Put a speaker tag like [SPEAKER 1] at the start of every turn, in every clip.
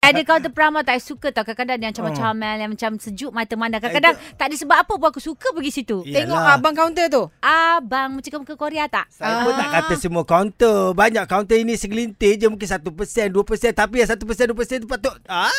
[SPEAKER 1] ada counter Prama tak I suka tau. Kadang-kadang dia yang
[SPEAKER 2] Oh.
[SPEAKER 1] comel-comel, yang macam sejuk mata mana. Kadang-kadang tak ada sebab apa pun aku suka pergi situ.
[SPEAKER 3] Iyalah.
[SPEAKER 2] Tengok abang counter tu.
[SPEAKER 1] Abang macam muka Korea tak?
[SPEAKER 3] Saya pun tak kata
[SPEAKER 2] Ah.
[SPEAKER 3] semua kaunter. Banyak kaunter ini segelintir je mungkin 1%, 2%. Tapi yang 1%, 2% tu patut. Ah.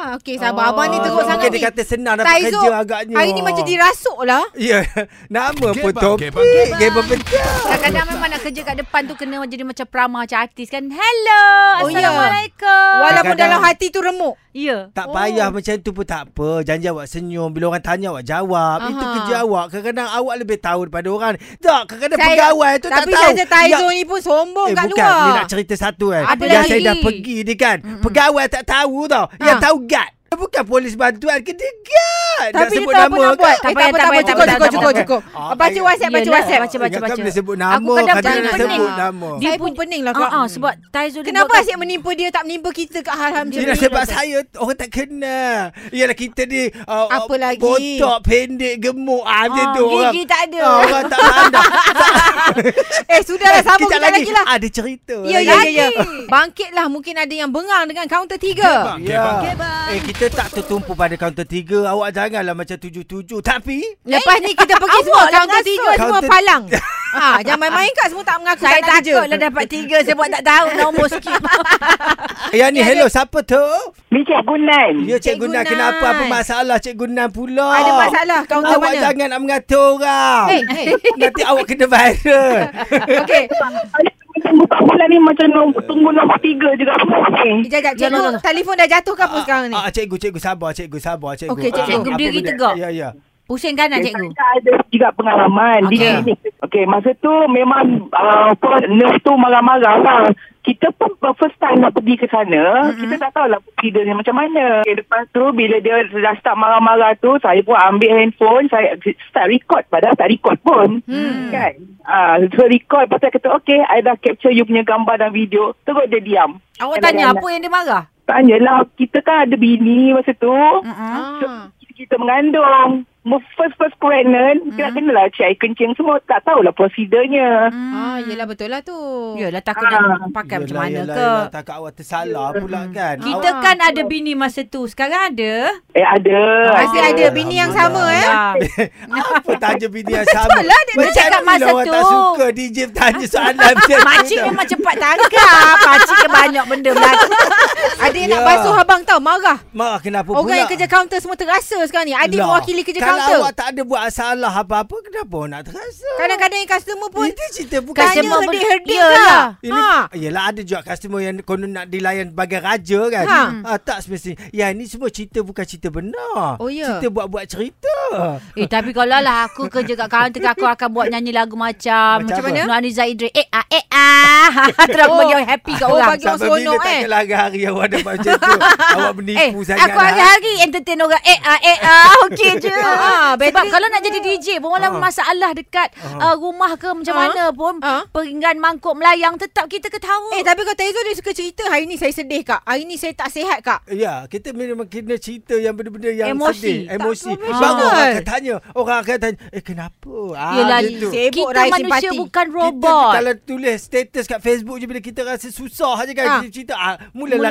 [SPEAKER 2] Ah, okey sabar. Abang ni teruk
[SPEAKER 1] Oh,
[SPEAKER 2] sangat
[SPEAKER 3] Mungkin
[SPEAKER 2] ni.
[SPEAKER 3] dia kata senang dapat
[SPEAKER 2] Taizo,
[SPEAKER 3] kerja agaknya.
[SPEAKER 2] Hari ni macam dirasuk lah.
[SPEAKER 3] Ya, nama pun
[SPEAKER 4] Gebang,
[SPEAKER 3] topik.
[SPEAKER 4] gebang,
[SPEAKER 3] Gebang pecah.
[SPEAKER 1] Kadang-kadang memang nak kerja kat depan tu kena jadi macam Prama macam artis kan. Hello,
[SPEAKER 2] Oh, ya.
[SPEAKER 1] Assalamualaikum.
[SPEAKER 2] Walaupun
[SPEAKER 3] Ah. Kadang-kadang-
[SPEAKER 2] dalam hati tu remuk.
[SPEAKER 1] Ya.
[SPEAKER 2] Oh.
[SPEAKER 3] Tak payah macam tu pun tak apa. Janji awak senyum. Bila orang tanya awak jawab. Aha. Itu
[SPEAKER 2] Aha.
[SPEAKER 3] kerja awak. Kadang-kadang awak lebih tahu daripada orang. Tak, kadang-kadang
[SPEAKER 2] Saya-
[SPEAKER 3] pegawai tu tak
[SPEAKER 2] Tapi
[SPEAKER 3] tahu.
[SPEAKER 2] saya Taizo
[SPEAKER 3] Yang-
[SPEAKER 2] ni pun sombong
[SPEAKER 3] Eh
[SPEAKER 2] Oh, kat
[SPEAKER 3] bukan,
[SPEAKER 2] luar.
[SPEAKER 3] ni nak cerita satu kan.
[SPEAKER 1] Apa
[SPEAKER 3] Yang
[SPEAKER 1] lagi?
[SPEAKER 3] saya dah pergi ni kan. Mm-mm. Pegawai tak tahu tau. Ha. Yang
[SPEAKER 2] Ha.
[SPEAKER 3] tahu guard. Bukan polis bantuan ke dia guard.
[SPEAKER 2] Tapi
[SPEAKER 3] dah
[SPEAKER 2] dia
[SPEAKER 3] sebut
[SPEAKER 2] tak
[SPEAKER 3] nama
[SPEAKER 2] apa nak
[SPEAKER 3] kan.
[SPEAKER 1] Tak
[SPEAKER 2] buat.
[SPEAKER 1] payah,
[SPEAKER 2] Eh, tak apa,
[SPEAKER 1] tak
[SPEAKER 2] tak apa.
[SPEAKER 1] payah, tak
[SPEAKER 2] Cukup, cukup,
[SPEAKER 1] payah,
[SPEAKER 2] cukup,
[SPEAKER 3] tak
[SPEAKER 2] cukup.
[SPEAKER 3] payah. Ah, eh,
[SPEAKER 2] Baca WhatsApp, baca
[SPEAKER 1] Yelah, baca-
[SPEAKER 2] WhatsApp.
[SPEAKER 1] baca-
[SPEAKER 3] Ingatkan
[SPEAKER 1] baca.
[SPEAKER 3] bila sebut nama.
[SPEAKER 1] Aku kadang
[SPEAKER 3] kadang nak
[SPEAKER 2] pening.
[SPEAKER 3] sebut
[SPEAKER 2] Ah.
[SPEAKER 3] nama.
[SPEAKER 2] Saya pun pening lah, Kak.
[SPEAKER 1] Uh-uh, sebab Taizo dia
[SPEAKER 2] Kenapa
[SPEAKER 1] buat- kan-
[SPEAKER 2] asyik menimpa dia tak menimpa kita kat hal-hal macam
[SPEAKER 3] Dia nak
[SPEAKER 2] ni?
[SPEAKER 3] sebab saya Orang tak kenal Yalah kita ni uh,
[SPEAKER 2] Apa lagi?
[SPEAKER 3] Botok pendek gemuk ah, Macam
[SPEAKER 1] Ah,
[SPEAKER 3] tu orang
[SPEAKER 2] gigi tak ada.
[SPEAKER 3] ah, Orang tak pandang
[SPEAKER 2] Eh, sudahlah. Sambung kita lagi lah.
[SPEAKER 3] Ada cerita
[SPEAKER 2] Ya,
[SPEAKER 3] Ah, lagi.
[SPEAKER 2] ya, ya, ya. Bangkitlah. Mungkin ada yang bengang dengan kaunter tiga.
[SPEAKER 3] Ya. Eh kita tak tertumpu pada kaunter tiga Awak janganlah macam tujuh-tujuh Tapi
[SPEAKER 2] Lepas ni kita pergi
[SPEAKER 1] Awak
[SPEAKER 2] semua
[SPEAKER 1] lah
[SPEAKER 2] kaunter
[SPEAKER 1] ngasut.
[SPEAKER 2] tiga semua
[SPEAKER 3] Kaunter-
[SPEAKER 2] palang. Ha, jangan main-main kat semua tak mengaku
[SPEAKER 1] Saya
[SPEAKER 2] tak nak kerja.
[SPEAKER 1] takutlah dapat tiga Sebab tak tahu nombor sikit
[SPEAKER 3] Yang ni hello siapa tu?
[SPEAKER 5] Ni Cikgu Nan.
[SPEAKER 3] Ya Cikgu
[SPEAKER 2] Hmm. Cikgu
[SPEAKER 3] Nan kenapa
[SPEAKER 2] Nan.
[SPEAKER 3] apa masalah Cikgu Nan pula?
[SPEAKER 2] Ada masalah, kaunter
[SPEAKER 3] Awak
[SPEAKER 2] mana? Eh.
[SPEAKER 3] jangan nak mengatur orang
[SPEAKER 2] Hey, hey.
[SPEAKER 3] Nanti awak kena viral
[SPEAKER 2] Okey.
[SPEAKER 5] Macam buka bulan ni macam nombor, tunggu nombor tiga juga. Okay.
[SPEAKER 2] Kejap, kejap.
[SPEAKER 1] Jom, jom,
[SPEAKER 2] Cikgu,
[SPEAKER 1] jom.
[SPEAKER 2] telefon dah jatuh ke apa sekarang ni?
[SPEAKER 3] Ah, ah, cikgu, cikgu sabar, cikgu sabar, cikgu.
[SPEAKER 2] Okey, cikgu.
[SPEAKER 3] Ah,
[SPEAKER 1] Cikgu
[SPEAKER 3] apa
[SPEAKER 1] berdiri
[SPEAKER 3] benda?
[SPEAKER 1] tegak.
[SPEAKER 3] Ya, ya.
[SPEAKER 1] Pusing kanan cikgu
[SPEAKER 5] Saya ada juga pengalaman okay. di
[SPEAKER 1] Okey.
[SPEAKER 5] klinik. Okey, masa tu memang uh, apa, nurse tu marah-marah lah. Kita pun first time nak pergi ke sana, mm-hmm. kita tak tahulah pergi dia ni macam mana. Okay, lepas tu bila dia dah start marah-marah tu, saya pun ambil handphone, saya start record padahal tak record pun.
[SPEAKER 1] Mm.
[SPEAKER 5] Hmm. Kan? Ah, so record pasal kata, okay, I dah capture you punya gambar dan video. Terus dia diam.
[SPEAKER 1] Awak tanya apa yang dia marah?
[SPEAKER 5] Tanyalah, kita kan ada bini masa tu.
[SPEAKER 1] Mm-mm.
[SPEAKER 5] So,
[SPEAKER 2] Ah.
[SPEAKER 5] kita- kita mengandung. First-first pregnant, kita nak kenalah check air kencing semua. Tak tahulah prosedurnya.
[SPEAKER 2] Ah, yelah betul lah tu.
[SPEAKER 1] Yelah takut nak pakai macam
[SPEAKER 3] Yelah,
[SPEAKER 1] mana
[SPEAKER 3] yelah,
[SPEAKER 1] ke
[SPEAKER 3] yelah, Takut awak tersalah
[SPEAKER 2] Hmm.
[SPEAKER 3] pula kan.
[SPEAKER 1] Kita
[SPEAKER 3] Awak-
[SPEAKER 1] kan ada bini masa tu Sekarang ada
[SPEAKER 5] Eh, ada.
[SPEAKER 2] Ah, Masih ada bini yang sama eh.
[SPEAKER 3] Ya.
[SPEAKER 1] Ah.
[SPEAKER 3] apa tanya bini yang sama?
[SPEAKER 2] Betul lah, dia-
[SPEAKER 1] dia
[SPEAKER 3] Macam
[SPEAKER 1] cakap
[SPEAKER 3] mana
[SPEAKER 1] masa
[SPEAKER 3] orang
[SPEAKER 1] tu.
[SPEAKER 3] tak suka DJ tanya soalan macam tu
[SPEAKER 1] Makcik
[SPEAKER 3] tau?
[SPEAKER 1] memang cepat tangkap Makcik kan banyak benda berlaku
[SPEAKER 2] Ada yang nak
[SPEAKER 3] Ya.
[SPEAKER 2] basuh abang tau, marah.
[SPEAKER 3] Mak kenapa pula?
[SPEAKER 2] Orang yang kerja kaunter semua terasa sekarang ni. Adik
[SPEAKER 3] Lah,
[SPEAKER 2] mewakili kerja
[SPEAKER 3] Kalau awak
[SPEAKER 2] kaunter.
[SPEAKER 3] tak ada buat salah apa-apa, kenapa awak nak terasa?
[SPEAKER 2] Kadang-kadang yang customer pun
[SPEAKER 3] Itu cerita bukan
[SPEAKER 2] tanya
[SPEAKER 1] Customer pun- Ya,
[SPEAKER 2] herdik-herdik
[SPEAKER 1] Yelah.
[SPEAKER 2] lah.
[SPEAKER 3] Ini,
[SPEAKER 2] Ha.
[SPEAKER 3] ha. Yelah ada juga customer yang konon nak dilayan bagai raja kan. Ha.
[SPEAKER 2] Ha.
[SPEAKER 3] Ah, tak semestinya. Ya ini semua cerita bukan cerita benar.
[SPEAKER 2] Oh, ya.
[SPEAKER 3] Cerita buat-buat cerita.
[SPEAKER 1] Eh tapi kalau lah aku kerja kat kaunter Aku akan buat nyanyi lagu macam
[SPEAKER 3] Macam
[SPEAKER 2] mana?
[SPEAKER 1] Nuani Zaidri Eh ah eh ah Terus aku
[SPEAKER 2] Oh.
[SPEAKER 1] bagi orang happy kat
[SPEAKER 2] Oh,
[SPEAKER 1] orang
[SPEAKER 2] bagi
[SPEAKER 3] Lah, Sampai
[SPEAKER 2] orang
[SPEAKER 3] bila
[SPEAKER 2] seronok,
[SPEAKER 3] tak
[SPEAKER 2] eh.
[SPEAKER 3] kenal hari-hari awak dapat macam tu. awak Oh, menipu
[SPEAKER 1] eh,
[SPEAKER 3] sangat. lah.
[SPEAKER 1] Aku hari-hari entertain orang Eh ah eh ah Okey je
[SPEAKER 2] Ah,
[SPEAKER 1] Sebab
[SPEAKER 2] better
[SPEAKER 1] kalau nak jadi DJ pun Walau
[SPEAKER 3] Ah.
[SPEAKER 1] masalah dekat
[SPEAKER 3] Ah.
[SPEAKER 1] uh, Rumah ke macam
[SPEAKER 2] Ah.
[SPEAKER 1] mana pun
[SPEAKER 2] Ah.
[SPEAKER 1] Pinggan mangkuk melayang Tetap kita ketawa
[SPEAKER 2] Eh tapi kalau Taizo dia suka cerita Hari ni saya sedih kak Hari ni saya tak sihat kak
[SPEAKER 3] Ya, kita memang kena cerita yang benda-benda yang
[SPEAKER 1] Emosi.
[SPEAKER 3] sedih.
[SPEAKER 2] Tak
[SPEAKER 3] Emosi.
[SPEAKER 2] professional.
[SPEAKER 3] Baru orang akan tanya. Orang akan tanya, eh kenapa? Ah,
[SPEAKER 1] Yelah
[SPEAKER 3] gitu.
[SPEAKER 2] sibuk
[SPEAKER 1] Kita
[SPEAKER 2] raih
[SPEAKER 1] manusia
[SPEAKER 2] simpati.
[SPEAKER 1] bukan
[SPEAKER 3] Kita
[SPEAKER 1] robot
[SPEAKER 3] kalau tulis status kat Facebook je bila kita rasa susah je kan
[SPEAKER 2] Ah.
[SPEAKER 3] kita cerita ah, mulalah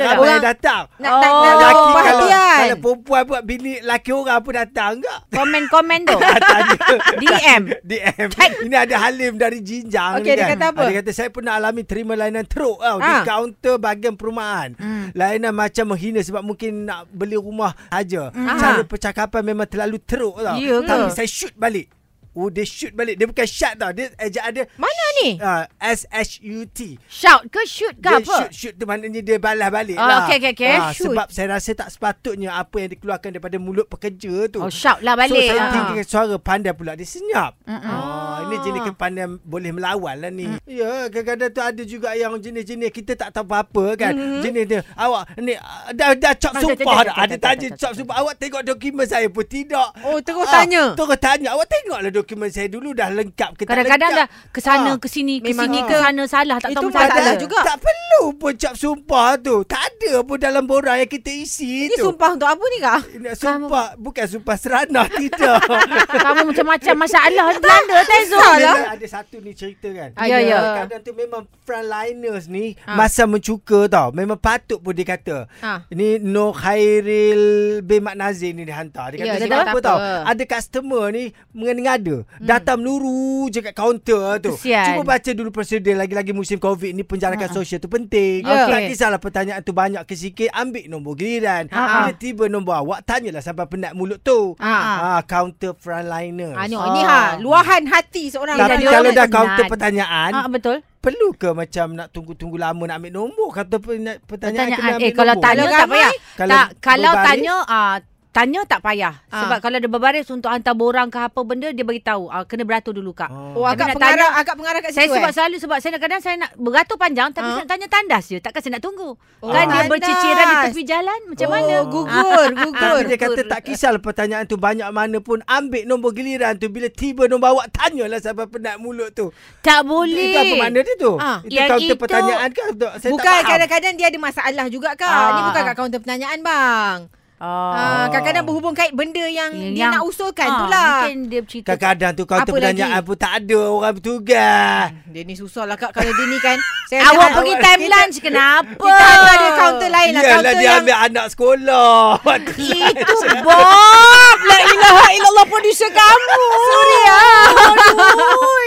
[SPEAKER 1] Ha. Mulalah.
[SPEAKER 3] ramai yang
[SPEAKER 2] Orang-
[SPEAKER 3] datang.
[SPEAKER 2] Nak
[SPEAKER 1] Oh.
[SPEAKER 2] tak nak
[SPEAKER 1] Lelaki
[SPEAKER 2] tahu
[SPEAKER 3] Laki kalau,
[SPEAKER 2] perhatian
[SPEAKER 3] kalau perempuan buat bini laki orang pun datang enggak?
[SPEAKER 1] Komen-komen tu
[SPEAKER 3] Ah, tanya.
[SPEAKER 1] DM
[SPEAKER 3] DM. Ini ada Halim dari Jinjang
[SPEAKER 2] Okey,
[SPEAKER 3] ni
[SPEAKER 2] dia
[SPEAKER 3] kan.
[SPEAKER 2] kata apa?
[SPEAKER 3] Ah, Dia kata saya pernah alami terima layanan teruk tau di
[SPEAKER 2] Ah. Hmm.
[SPEAKER 3] kaunter bahagian perumahan. Layanan macam menghina sebab mungkin nak beli rumah aja.
[SPEAKER 2] Hmm. Ah.
[SPEAKER 3] Cara percakapan memang terlalu teruk tau.
[SPEAKER 1] Ya ke?
[SPEAKER 3] Tapi saya shoot balik. Oh dia shoot balik. Dia bukan shut tau. Dia ejaan dia
[SPEAKER 2] Mana ni?
[SPEAKER 3] ah, S-H-U-T.
[SPEAKER 1] Shout ke shoot ke
[SPEAKER 3] dia
[SPEAKER 1] apa
[SPEAKER 3] shoot shoot tu maknanya dia balas balik
[SPEAKER 1] Oh,
[SPEAKER 3] lah.
[SPEAKER 1] okey, okey, okey.
[SPEAKER 3] Ah,
[SPEAKER 2] Shoot.
[SPEAKER 3] sebab saya rasa tak sepatutnya apa yang dikeluarkan daripada mulut pekerja tu.
[SPEAKER 1] Oh shout lah
[SPEAKER 3] So
[SPEAKER 1] balik
[SPEAKER 3] saya
[SPEAKER 1] Ah.
[SPEAKER 3] tinggikan suara pandai pula dia senyap. Oh, ini jenis kepandaian boleh melawan lah ni.
[SPEAKER 1] Mm.
[SPEAKER 3] Ya, kadang-kadang tu ada juga yang jenis-jenis kita tak tahu apa-apa kan.
[SPEAKER 1] Mm-hmm.
[SPEAKER 3] Jenis dia, awak ni ah, dah dah cop
[SPEAKER 1] Dah, dah,
[SPEAKER 3] sumpah
[SPEAKER 1] dah,
[SPEAKER 3] dah.
[SPEAKER 1] dah, dah,
[SPEAKER 3] Ada
[SPEAKER 1] dah,
[SPEAKER 3] tanya
[SPEAKER 1] dah,
[SPEAKER 3] cop
[SPEAKER 1] dah,
[SPEAKER 3] sumpah. Awak tengok dokumen saya pun tidak.
[SPEAKER 2] Oh, terus
[SPEAKER 3] Ah,
[SPEAKER 2] tanya.
[SPEAKER 3] Terus tanya. Awak tengoklah dokumen saya dulu dah lengkap ke
[SPEAKER 1] Kadang-kadang
[SPEAKER 3] tak
[SPEAKER 1] dah
[SPEAKER 3] lengkap.
[SPEAKER 1] ke sana,
[SPEAKER 3] Ah.
[SPEAKER 1] ke sini, ke
[SPEAKER 2] Memang
[SPEAKER 1] sini,
[SPEAKER 2] ah.
[SPEAKER 1] ke sana salah. Tak
[SPEAKER 2] Itu
[SPEAKER 1] tahu
[SPEAKER 2] masalah
[SPEAKER 1] masalah.
[SPEAKER 2] juga.
[SPEAKER 3] Tak perlu pun cap sumpah tu. Tak ada pun dalam borang yang kita isi
[SPEAKER 2] Ini
[SPEAKER 3] tu.
[SPEAKER 2] sumpah untuk apa ni kak?
[SPEAKER 3] Nak sumpah bukan sumpah serana tidak.
[SPEAKER 1] Ah, Kamu macam-macam masalah Belanda, Tezul.
[SPEAKER 2] Alah.
[SPEAKER 3] Memang ada satu ni cerita kan.
[SPEAKER 1] Ya, ya.
[SPEAKER 3] Kadang tu memang frontliners ni ha.
[SPEAKER 2] Ha.
[SPEAKER 3] masa mencuka tau. Memang patut pun dia kata.
[SPEAKER 2] Ha.
[SPEAKER 3] Ha. Ni Nur Khairil bin Mat Nazir ni dia hantar. Dia
[SPEAKER 2] Ya,
[SPEAKER 3] kata
[SPEAKER 2] dia
[SPEAKER 3] sebab
[SPEAKER 2] tak
[SPEAKER 3] apa
[SPEAKER 2] apa.
[SPEAKER 3] tau. Ada customer ni mengada-ngada. Hmm. Datang meluru je kat kaunter tu.
[SPEAKER 1] Kesian.
[SPEAKER 3] Cuba baca dulu prosedur lagi-lagi musim COVID ni penjarakan ha. sosial tu penting.
[SPEAKER 1] Ya.
[SPEAKER 3] Tak
[SPEAKER 1] Okey.
[SPEAKER 3] kisahlah pertanyaan tu banyak ke sikit. Ambil nombor giliran.
[SPEAKER 1] Ha.
[SPEAKER 3] Ha. Bila tiba nombor awak tanyalah sampai penat mulut tu.
[SPEAKER 2] Ha.
[SPEAKER 3] Ha. counter frontliners.
[SPEAKER 2] Ha, ni,
[SPEAKER 1] Ah.
[SPEAKER 2] ni ha, luahan hati seorang
[SPEAKER 3] Tapi
[SPEAKER 1] dia
[SPEAKER 3] kalau
[SPEAKER 1] orang
[SPEAKER 3] dah
[SPEAKER 1] penat.
[SPEAKER 3] kaunter pertanyaan
[SPEAKER 1] Ah, betul.
[SPEAKER 3] Perlu ke macam nak tunggu-tunggu lama nak ambil nombor kata pe- nak- pertanyaan,
[SPEAKER 1] Pertanyaan.
[SPEAKER 3] pertanyaan kena ambil
[SPEAKER 1] Eh, kalau
[SPEAKER 3] nombor.
[SPEAKER 1] tanya
[SPEAKER 2] Kalau
[SPEAKER 1] tak
[SPEAKER 2] ramai,
[SPEAKER 1] payah.
[SPEAKER 3] kalau
[SPEAKER 1] tak, kalau
[SPEAKER 3] berbaris-
[SPEAKER 1] tanya, ah, tanya tak payah.
[SPEAKER 2] Ah.
[SPEAKER 1] Sebab kalau dia berbaris untuk hantar borang ke apa benda, dia beritahu. Ah, kena beratur dulu, Kak.
[SPEAKER 2] Oh,
[SPEAKER 1] Tapi
[SPEAKER 2] agak
[SPEAKER 1] nak
[SPEAKER 2] pengarah,
[SPEAKER 1] tanya-
[SPEAKER 2] agak pengarah kat
[SPEAKER 1] Saya
[SPEAKER 2] situ
[SPEAKER 1] sebab
[SPEAKER 2] eh?
[SPEAKER 1] selalu sebab saya kadang-kadang saya nak beratur panjang tapi
[SPEAKER 2] Ah.
[SPEAKER 1] saya nak tanya tandas je. Takkan saya nak tunggu.
[SPEAKER 2] Oh,
[SPEAKER 1] kan dia
[SPEAKER 2] tandas.
[SPEAKER 1] berceceran di tepi jalan macam
[SPEAKER 2] oh,
[SPEAKER 1] mana? Ah,
[SPEAKER 2] gugur,
[SPEAKER 3] Tapi
[SPEAKER 2] gugur.
[SPEAKER 3] dia kata tak kisahlah pertanyaan tu banyak mana pun ambil nombor giliran tu bila tiba nombor awak tanyalah sampai penat mulut tu.
[SPEAKER 1] Tak boleh.
[SPEAKER 3] Itu apa makna dia tu?
[SPEAKER 2] Ah,
[SPEAKER 3] Itu
[SPEAKER 1] yang itu-
[SPEAKER 3] kaunter pertanyaan ke? Tak- Saya
[SPEAKER 2] bukan
[SPEAKER 3] tak faham.
[SPEAKER 2] kadang-kadang dia ada masalah juga kak.
[SPEAKER 1] Ah.
[SPEAKER 2] Ni bukan kat kaunter pertanyaan bang. Ah, kadang-kadang berhubung kait benda yang
[SPEAKER 1] Yang-
[SPEAKER 2] dia
[SPEAKER 1] yang-
[SPEAKER 2] nak usulkan
[SPEAKER 1] Ah,
[SPEAKER 2] tu lah.
[SPEAKER 1] Mungkin dia cerita
[SPEAKER 3] Kadang-kadang tu kaunter
[SPEAKER 2] Apa
[SPEAKER 3] pertanyaan
[SPEAKER 2] lagi?
[SPEAKER 3] pun tak ada orang bertugas.
[SPEAKER 2] Dia ni susah lah kak kalau dia ni kan. Saya
[SPEAKER 1] Awak
[SPEAKER 2] rasa-
[SPEAKER 1] pergi time lunch kenapa?
[SPEAKER 2] Kita hantar dia kaunter lain lah.
[SPEAKER 3] Yelah
[SPEAKER 2] Kaunter
[SPEAKER 3] dia
[SPEAKER 2] yang...
[SPEAKER 3] ambil anak sekolah.
[SPEAKER 1] Itu Bob. La ilaha illallah producer kamu. Sorry ah. Aduh,